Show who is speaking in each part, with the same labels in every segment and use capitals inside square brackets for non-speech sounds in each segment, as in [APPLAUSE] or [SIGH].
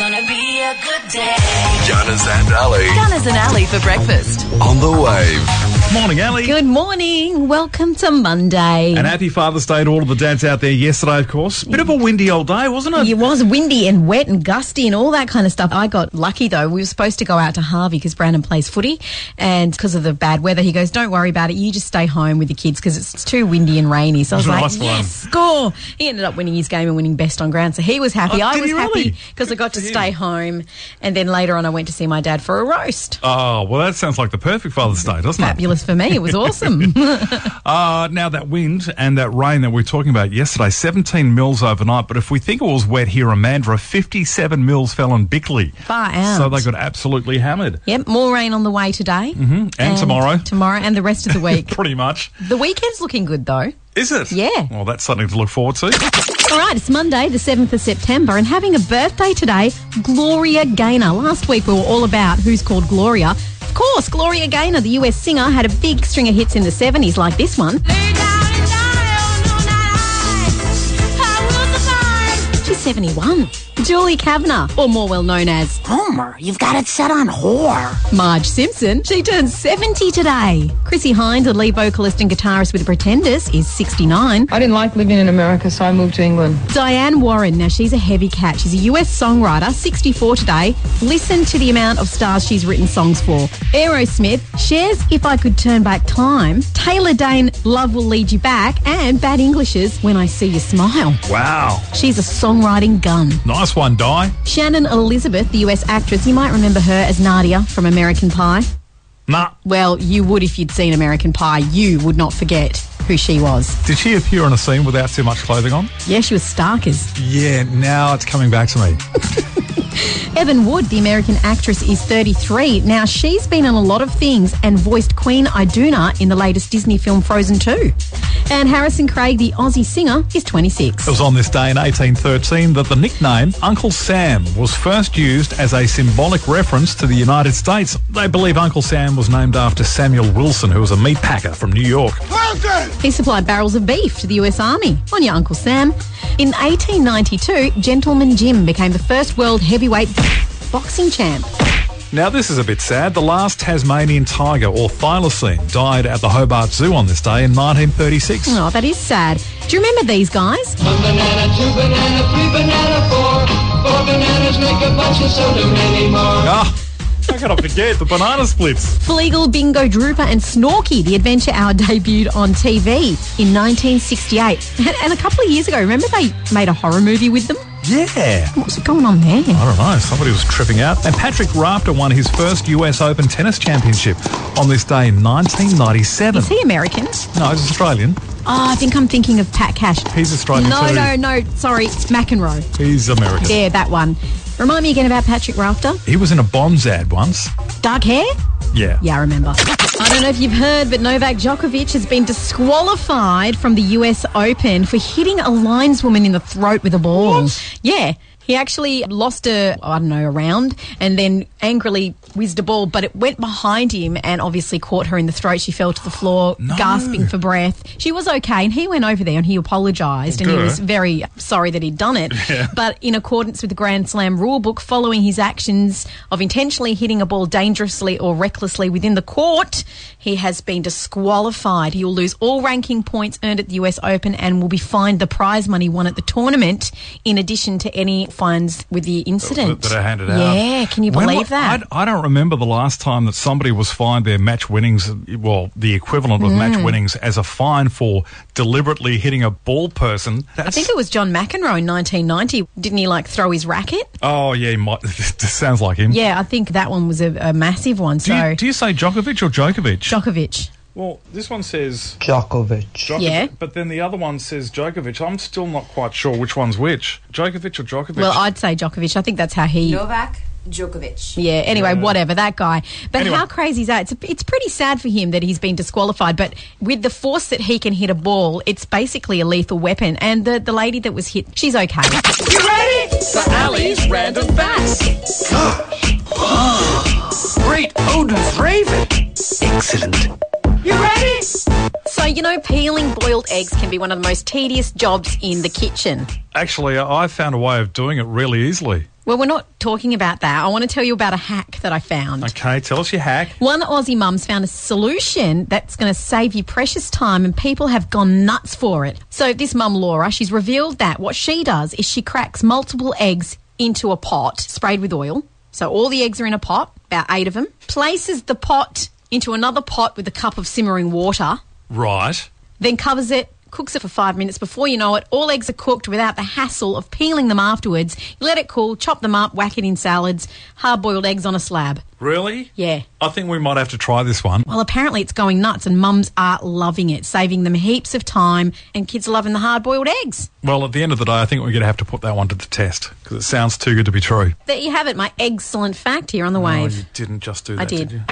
Speaker 1: a good day.
Speaker 2: Gunners and Ali
Speaker 3: Gunners and Ali for breakfast.
Speaker 2: on the wave.
Speaker 4: Morning, Ellie.
Speaker 3: Good morning. Welcome to Monday.
Speaker 4: And happy Father's Day to all of the dads out there yesterday, of course. Bit of a windy old day, wasn't it?
Speaker 3: It was windy and wet and gusty and all that kind of stuff. I got lucky though. We were supposed to go out to Harvey because Brandon plays footy, and because of the bad weather, he goes, "Don't worry about it. You just stay home with the kids because it's too windy and rainy." So I was like,
Speaker 4: Nice one.
Speaker 3: "Yes, score!" He ended up winning his game and winning best on ground, so he was happy.
Speaker 4: Oh,
Speaker 3: I
Speaker 4: did
Speaker 3: was
Speaker 4: he really?
Speaker 3: happy because I got to
Speaker 4: Good for
Speaker 3: stay
Speaker 4: him.
Speaker 3: home, and then later on, I went to see my dad for a roast.
Speaker 4: Oh, well, that sounds like the perfect Father's Day, doesn't it?
Speaker 3: Fabulous for me. It
Speaker 4: [LAUGHS]
Speaker 3: was awesome.
Speaker 4: Uh, now, that wind and that rain that we were talking about yesterday, 17 mils overnight. But if we think it was wet here in Mandurah, 57 mils fell on Bickley.
Speaker 3: Far out.
Speaker 4: So they got absolutely hammered.
Speaker 3: Yep, more rain on the way today and,
Speaker 4: tomorrow.
Speaker 3: Tomorrow and the rest of the
Speaker 4: [LAUGHS]
Speaker 3: week.
Speaker 4: Pretty much.
Speaker 3: the weekend's looking good though.
Speaker 4: Is it?
Speaker 3: Yeah.
Speaker 4: Well, that's something to look forward to.
Speaker 3: All right, it's Monday, the 7th of September, and having a birthday today, Gloria Gaynor. Last week we were all about who's called Gloria. Of course, Gloria Gaynor, the US singer, had a big string of hits in the 70s, like this one.
Speaker 1: Lay down and die, oh no, not I. I will survive.
Speaker 3: She's 71. Julie Kavanagh, or more well known as
Speaker 5: Homer, you've got it set on whore.
Speaker 3: Marge Simpson, she turns 70 today. Chrissy Hines, a lead vocalist and guitarist with the Pretenders, is 69.
Speaker 6: I didn't like living in America, so I moved to England.
Speaker 3: Diane Warren. Now, she's a heavy cat. She's a US songwriter, 64 today. Listen to the amount of stars she's written songs for. Aerosmith shares If I Could Turn Back Time. Taylor Dane, Love Will Lead You Back. And Bad English's When I See You Smile.
Speaker 4: Wow.
Speaker 3: She's a songwriting gun.
Speaker 4: Nice one, Di.
Speaker 3: Shannon Elizabeth, the US actress, you might remember her as Nadia from American Pie.
Speaker 4: Nah.
Speaker 3: Well, you would if you'd seen American Pie. You would not forget who she was.
Speaker 4: Did she appear on a scene without too much clothing on?
Speaker 3: Yeah, she was starkers.
Speaker 4: Yeah, now it's coming back to me.
Speaker 3: Evan Wood, the American actress, is 33. Now, she's been in a lot of things and voiced Queen Iduna in the latest Disney film Frozen 2. And Harrison Craig, the Aussie singer, is 26.
Speaker 4: It was on this day in 1813 that the nickname Uncle Sam was first used as a symbolic reference to the United States. They believe Uncle Sam was named after Samuel Wilson, who was a meat packer from New York.
Speaker 3: He supplied barrels of beef to the US Army. On your Uncle Sam. In 1892, Gentleman Jim became the first world heavyweight boxing champ.
Speaker 4: Now, this is a bit sad. The last Tasmanian tiger, or thylacine, died at the Hobart Zoo on this day in 1936.
Speaker 3: Oh, that is sad. Do you remember these guys?
Speaker 7: One banana, two banana, three banana, four. Four bananas make a bunch of so do many more.
Speaker 4: Ah, I gotta forget the banana splits.
Speaker 3: Fleagle, Bingo, Drooper, and Snorky, the Adventure Hour [LAUGHS] debuted on TV in 1968. [LAUGHS] And, and a couple of years ago, remember they made a horror movie with them?
Speaker 4: Yeah.
Speaker 3: What was going on there?
Speaker 4: I don't know. Somebody was tripping out. And Patrick Rafter won his first US Open Tennis Championship on this day in 1997.
Speaker 3: Is he American?
Speaker 4: No, he's Australian.
Speaker 3: Oh, I think I'm thinking of Pat Cash.
Speaker 4: He's Australian
Speaker 3: No,
Speaker 4: too.
Speaker 3: no, no. Sorry, it's McEnroe.
Speaker 4: He's American.
Speaker 3: There, that one. Remind me again about Patrick Rafter.
Speaker 4: He was in a Bonds ad once.
Speaker 3: Dark hair?
Speaker 4: Yeah.
Speaker 3: Yeah, I remember. I don't know if you've heard, but Novak Djokovic has been disqualified from the US Open for hitting a lineswoman in the throat with a ball. Yeah. He actually lost a, I don't know, a round and then angrily whizzed a ball, but it went behind him and obviously caught her in the throat. She fell to the floor, gasping for breath. She was okay and he went over there and he apologised and he
Speaker 4: Good.
Speaker 3: was very sorry that he'd
Speaker 4: [LAUGHS]
Speaker 3: done it. But in accordance with the Grand Slam rule book, following his actions of intentionally hitting a ball dangerously or recklessly within the court, he has been disqualified. He will lose all ranking points earned at the US Open and will be fined the prize money won at the tournament, in addition to any fines with the incident.
Speaker 4: That I handed out.
Speaker 3: Yeah, can you
Speaker 4: When
Speaker 3: believe
Speaker 4: wa-
Speaker 3: that?
Speaker 4: I, I don't remember the last time that somebody was fined their match winnings, well, the equivalent of
Speaker 3: Mm.
Speaker 4: match winnings as a fine for deliberately hitting a ball person. That's,
Speaker 3: I think it was John McEnroe in 1990. Didn't he like throw his racket?
Speaker 4: Oh, yeah, he might, [LAUGHS] this sounds like him.
Speaker 3: Yeah, I think that one was a, a massive one.
Speaker 4: Do
Speaker 3: So
Speaker 4: you, do you say Djokovic or Djokovic?
Speaker 3: Djokovic.
Speaker 4: well, this one says
Speaker 8: Djokovic.
Speaker 4: Djokovic,
Speaker 3: Yeah.
Speaker 4: but then the other one says Djokovic. I'm still not quite sure which one's which. Djokovic or Djokovic?
Speaker 3: Well, I'd say Djokovic. I think that's how he.
Speaker 9: Novak Djokovic.
Speaker 3: Yeah. Anyway, whatever that guy. But
Speaker 4: Anyway.
Speaker 3: how crazy is that? It's it's pretty sad for him that he's been disqualified. But with the force that he can hit a ball, it's basically a lethal weapon. And the the lady that was hit, she's okay.
Speaker 1: You ready? For Ali's random facts.
Speaker 5: Great Odin's Raven. Excellent.
Speaker 1: You ready?
Speaker 3: So you know, peeling boiled eggs can be one of the most tedious jobs in the kitchen.
Speaker 4: uh, Actually, I I found a way of doing it really easily.
Speaker 3: Well, we're not talking about that. I want to tell you about a hack that I found.
Speaker 4: Okay, tell us your hack.
Speaker 3: One Aussie mum's found a solution that's going to save you precious time, and people have gone nuts for it. So, this mum, Laura, she's revealed that what she does is she cracks multiple eggs into a pot sprayed with oil. So, all the eggs are in a pot, about eight of them, places the pot into another pot with a cup of simmering water,
Speaker 4: Right.
Speaker 3: then covers it. Cooks it for five minutes. Before you know it, all eggs are cooked without the hassle of peeling them afterwards. You let it cool, chop them up, whack it in salads, hard boiled eggs on a slab.
Speaker 4: Really?
Speaker 3: Yeah.
Speaker 4: I think we might have to try this one.
Speaker 3: Well, apparently it's going nuts, and mums are loving it, saving them heaps of time, and kids are loving the hard boiled eggs.
Speaker 4: Well, at the end of the day, I think we're going to have to put that one to the test because it sounds too good to be true.
Speaker 3: There you have it, my excellent fact here on the
Speaker 4: Oh,
Speaker 3: wave.
Speaker 4: you didn't just do that,
Speaker 3: I
Speaker 4: did.
Speaker 3: did.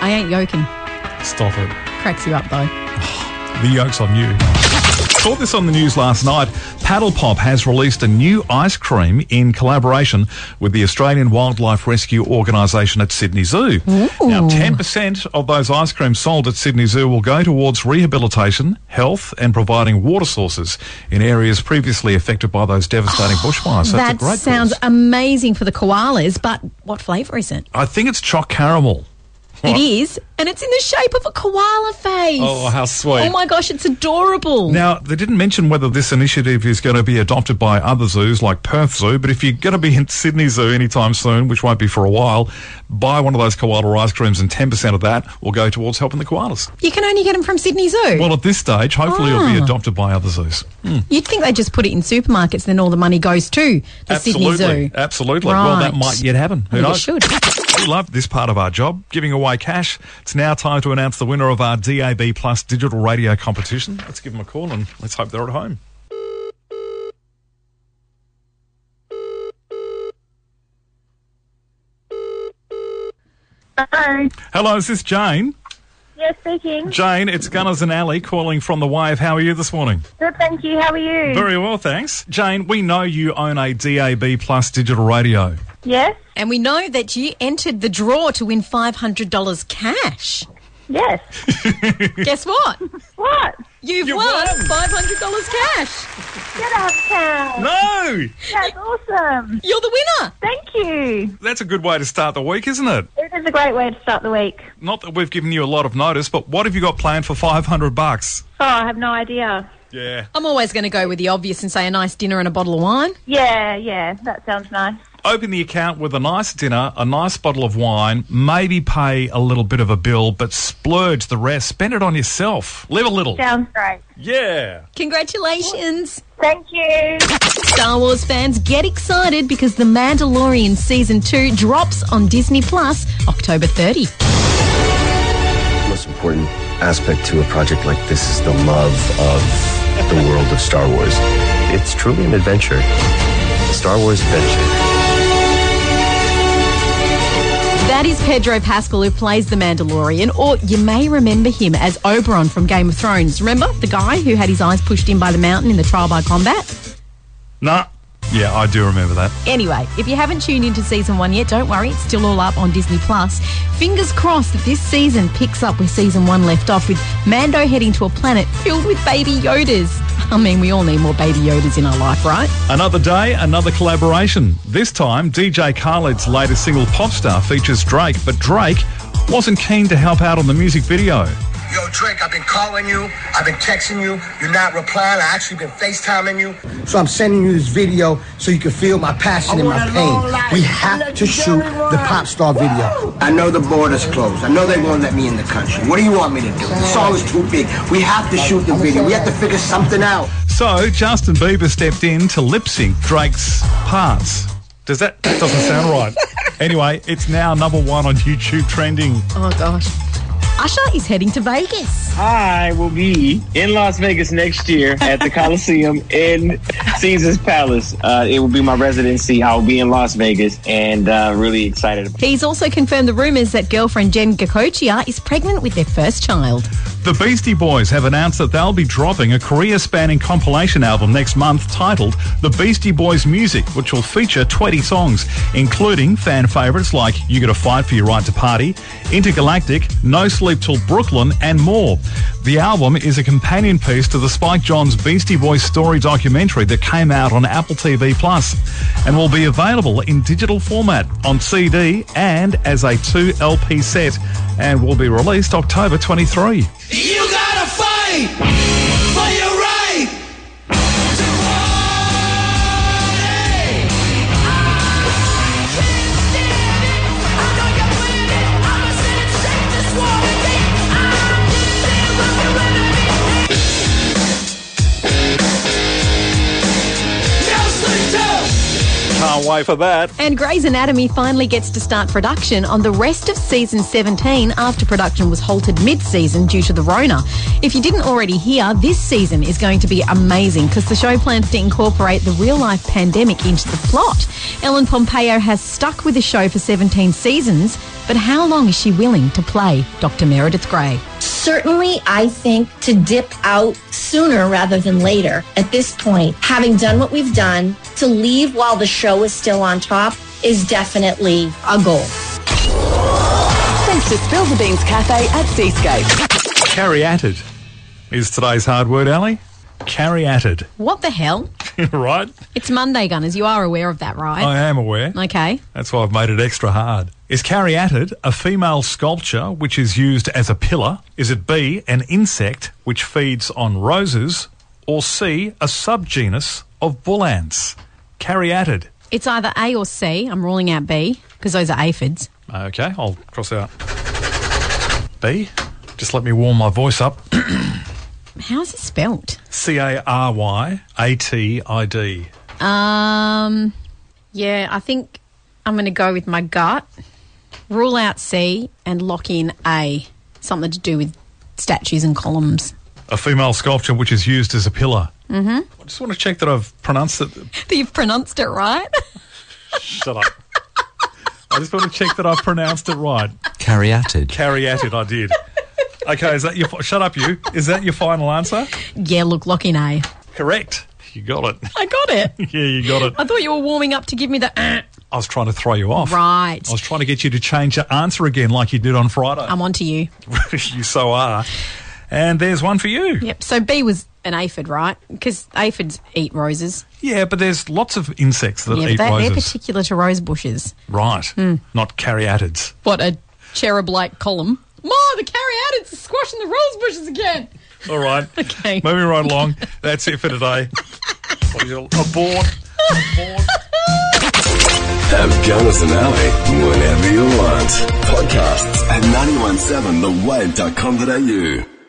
Speaker 3: I ain't yoking.
Speaker 4: you? Stop it.
Speaker 3: Cracks you up, though.
Speaker 4: The yoke's on you. Saw this on the news last night. Paddle Pop has released a new ice cream in collaboration with the Australian Wildlife Rescue Organisation at Sydney Zoo. Now, 10% of those ice creams sold at Sydney Zoo will go towards rehabilitation, health, and providing water sources in areas previously affected by those devastating bushfires. So
Speaker 3: that
Speaker 4: it's a great
Speaker 3: sounds
Speaker 4: cause.
Speaker 3: amazing for the koalas, but what flavour is it?
Speaker 4: I think it's choc caramel.
Speaker 3: It is, and it's in the shape of a koala face.
Speaker 4: Oh, how sweet.
Speaker 3: Oh my gosh, it's adorable.
Speaker 4: Now, they didn't mention whether this initiative is going to be adopted by other zoos like Perth Zoo, but if you're going to be in Sydney Zoo anytime soon, which won't be for a while, buy one of those koala ice creams and 10% of that will go towards helping the koalas.
Speaker 3: You can only get them from Sydney Zoo.
Speaker 4: Well, at this stage, hopefully it'll be
Speaker 3: Ah.
Speaker 4: adopted by other zoos.
Speaker 3: You'd think they just put it in supermarkets, then all the money goes to the
Speaker 4: Absolutely.
Speaker 3: Sydney Zoo.
Speaker 4: Absolutely. Well, that
Speaker 3: Right.
Speaker 4: might yet happen. Who
Speaker 3: I think it
Speaker 4: knows?
Speaker 3: should.
Speaker 4: We love this part of our job, giving away cash. It's now time to announce the winner of our DAB Plus digital radio competition. Let's give them a call and let's hope they're at home.
Speaker 8: Hello.
Speaker 4: Hello, is this Jane?
Speaker 8: Yes, speaking.
Speaker 4: Jane, it's Gunners and Ali calling from the Wave. How are you this morning?
Speaker 8: Good, thank you. How are you?
Speaker 4: Very well, thanks. Jane, we know you own a DAB Plus digital radio.
Speaker 8: yes,
Speaker 3: And we know that you entered the draw to win $500 cash.
Speaker 8: yes.
Speaker 3: Guess what?
Speaker 8: What?
Speaker 3: You've
Speaker 4: You
Speaker 3: won,
Speaker 4: won.
Speaker 3: $500 cash.
Speaker 8: Get out of town.
Speaker 4: No!
Speaker 8: That's awesome.
Speaker 3: You're the winner.
Speaker 8: Thank you.
Speaker 4: That's a good way to start the week, isn't it?
Speaker 8: It is a great way to start the week.
Speaker 4: Not that we've given you a lot of notice, but what have you got planned for 500 bucks?
Speaker 8: Oh, I have no idea.
Speaker 4: Yeah.
Speaker 3: I'm always going to go with the obvious and say a nice dinner and a bottle of wine.
Speaker 8: Yeah, yeah. That sounds nice.
Speaker 4: Open the account with a nice dinner, a nice bottle of wine, maybe pay a little bit of a bill, but splurge the rest. Spend it on yourself. Live a little.
Speaker 8: Sounds great.
Speaker 4: Yeah.
Speaker 3: Congratulations.
Speaker 8: Thank you.
Speaker 3: Star Wars fans, get excited because The Mandalorian Season 2 drops on Disney Plus October 30.
Speaker 9: most important aspect to a project like this is the love of the world of Star Wars. It's truly an adventure. Star Wars adventure.
Speaker 3: That is Pedro Pascal who plays the Mandalorian, or you may remember him as Oberon from Game of Thrones. Remember the guy who had his eyes pushed in by the mountain in the trial by combat?
Speaker 4: Nah. Yeah, I do remember that.
Speaker 3: Anyway, if you haven't tuned into season one yet, don't worry, it's still all up on Disney Plus. Fingers crossed that this season picks up where season one left off with Mando heading to a planet filled with baby Yodas. [LAUGHS] I mean, we all need more baby Yodas in our life, right?
Speaker 4: Another day, another collaboration. This time, DJ Khaled's latest single, Popstar, features Drake, but Drake wasn't keen to help out on the music video.
Speaker 10: Yo, Drake, I've been calling you. I've been texting you. You're not replying. I actually been FaceTiming you. So I'm sending you this video so you can feel my passion and my pain. We have to shoot the pop star video. I know the border's closed. I know they won't let me in the country. What do you want me to do? The song is too big. We have to shoot the video. We have to figure something out.
Speaker 4: So, Justin Bieber stepped in to lip sync Drake's parts. Does that, that doesn't sound right? Anyway, it's now number one on YouTube trending.
Speaker 3: Oh, gosh. Usher is heading to Vegas.
Speaker 11: I will be in Las Vegas next year at the Coliseum in Caesar's Palace. Uh, it will be my residency. I will be in Las Vegas and uh, really excited.
Speaker 3: He's also confirmed the rumours that girlfriend Jen Gakochia is pregnant with their first child.
Speaker 4: The Beastie Boys have announced that they'll be dropping a career spanning compilation album next month titled The Beastie Boys Music, which will feature 20 songs, including fan favourites like You Gotta Fight for Your Right to Party, Intergalactic, No Sleep. Sleep Till Brooklyn, and more. The album is a companion piece to the Spike John's Beastie Boys story documentary that came out on Apple TV Plus and will be available in digital format on CD and as a 2 LP set and will be released October 23.
Speaker 7: You gotta fight for your right.
Speaker 4: Can't wait for that.
Speaker 3: And Grey's Anatomy finally gets to start production on the rest of season 17 after production was halted mid season due to the Rona. If you didn't already hear, this season is going to be amazing because the show plans to incorporate the real life pandemic into the plot. Ellen Pompeo has stuck with the show for 17 seasons, but how long is she willing to play Dr. Meredith Grey?
Speaker 12: Certainly, I think to dip out sooner rather than later at this point, having done what we've done, to leave while the show is still on top is definitely a goal.
Speaker 13: Thanks to Spill the Beans Cafe at Seascape.
Speaker 4: Cariatid is today's hard word, Ali. Cariatid.
Speaker 3: What the hell?
Speaker 4: [LAUGHS] right?
Speaker 3: It's Monday, Gunners. You are aware of that, right?
Speaker 4: I am aware.
Speaker 3: Okay.
Speaker 4: That's why I've made it extra hard. Is caryatid a female sculpture which is used as a pillar? Is it B, an insect which feeds on roses? Or C, a subgenus of bull ants? Caryatid.
Speaker 3: It's either A or C. I'm ruling out B because those are aphids.
Speaker 4: Okay, I'll cross out B. Just let me warm my voice up.
Speaker 3: How's it spelt?
Speaker 4: C A R Y A T I D.
Speaker 3: Um, yeah, I think I'm going to go with my gut, rule out C, and lock in A. Something to do with statues and [LAUGHS] columns.
Speaker 4: A female sculpture which is used as a pillar.
Speaker 3: Mm-hmm.
Speaker 4: I just want to check that I've pronounced it.
Speaker 3: You've pronounced it right.
Speaker 4: Shut
Speaker 3: [LAUGHS]
Speaker 4: up. I just want to check that I've pronounced it right.
Speaker 14: Cariatid.
Speaker 4: Cariatid, I did. Okay, is that your? fi- Shut up, you. Is that your final answer?
Speaker 3: yeah, look, lock in A.
Speaker 4: Correct. You got it. [LAUGHS]
Speaker 3: I got it. [LAUGHS]
Speaker 4: Yeah, you got it.
Speaker 3: I thought you were warming up to give me the. Uh,
Speaker 4: I was trying to throw you off.
Speaker 3: Right. Um.
Speaker 4: I was trying to get you to change your answer again, like you did on Friday.
Speaker 3: I'm onto you.
Speaker 4: [LAUGHS] you so are. And there's one for you.
Speaker 3: Yep. So B was an aphid, right? Because aphids eat roses.
Speaker 4: Yeah, but there's lots of insects that
Speaker 3: yeah,
Speaker 4: eat
Speaker 3: but they're,
Speaker 4: roses.
Speaker 3: they're particular to rose bushes.
Speaker 4: right.
Speaker 3: Hmm.
Speaker 4: Not caryatids.
Speaker 3: What a cherub-like column. Ma, the caryatids are squashing the rose bushes again.
Speaker 4: All right.
Speaker 3: Okay.
Speaker 4: Moving right along. That's it for today. Abort.
Speaker 2: Have Gunners and Ali whenever you want. Podcasts at 917thewave.com.au.